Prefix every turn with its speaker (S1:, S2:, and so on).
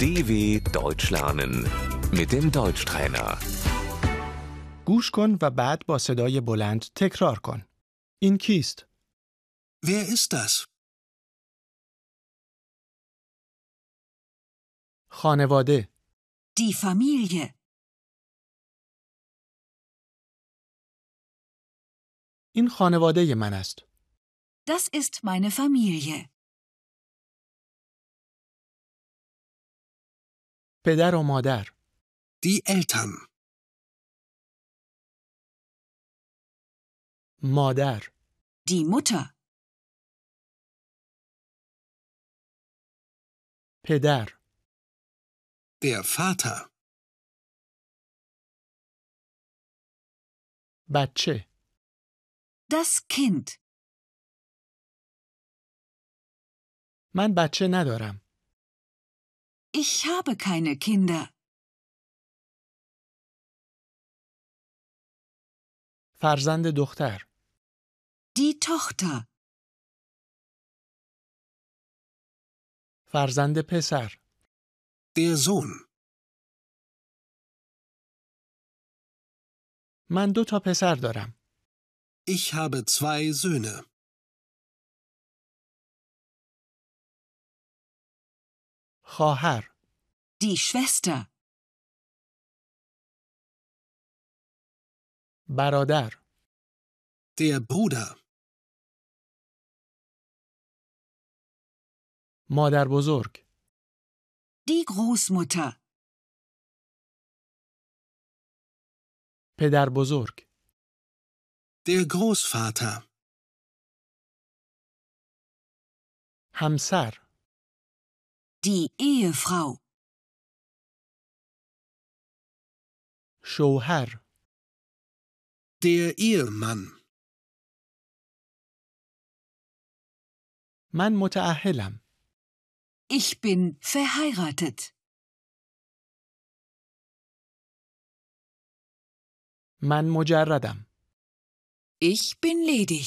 S1: DW Deutsch lernen mit dem Deutschtrainer.
S2: گوش کن و بعد با صدای بلند تکرار کن. این کیست؟
S3: Wer ist das?
S2: خانواده.
S4: Die Familie.
S2: این خانواده من است.
S4: Das ist meine Familie.
S2: پدر و مادر.
S3: Die Eltern.
S2: مادر.
S4: Die Mutter.
S2: پدر.
S3: Der Vater.
S2: بچه.
S4: Das Kind.
S2: من بچه ندارم.
S4: Ich habe keine Kinder.
S2: فرزند دختر.
S4: Die Tochter.
S2: فرزند پسر.
S3: Der Sohn.
S2: من دو تا پسر دارم.
S3: Ich habe zwei Söhne.
S2: خواهر.
S4: Die Schwester.
S2: برادر.
S3: Der Bruder.
S2: مادر بزرگ.
S4: Die Großmutter.
S2: پدر بزرگ.
S3: Der Großvater.
S2: همسر.
S4: Die Ehefrau.
S2: شوهر.
S3: Der Ehemann.
S2: من متعهلم.
S4: Ich bin verheiratet.
S2: من مجردم.
S4: Ich bin ledig.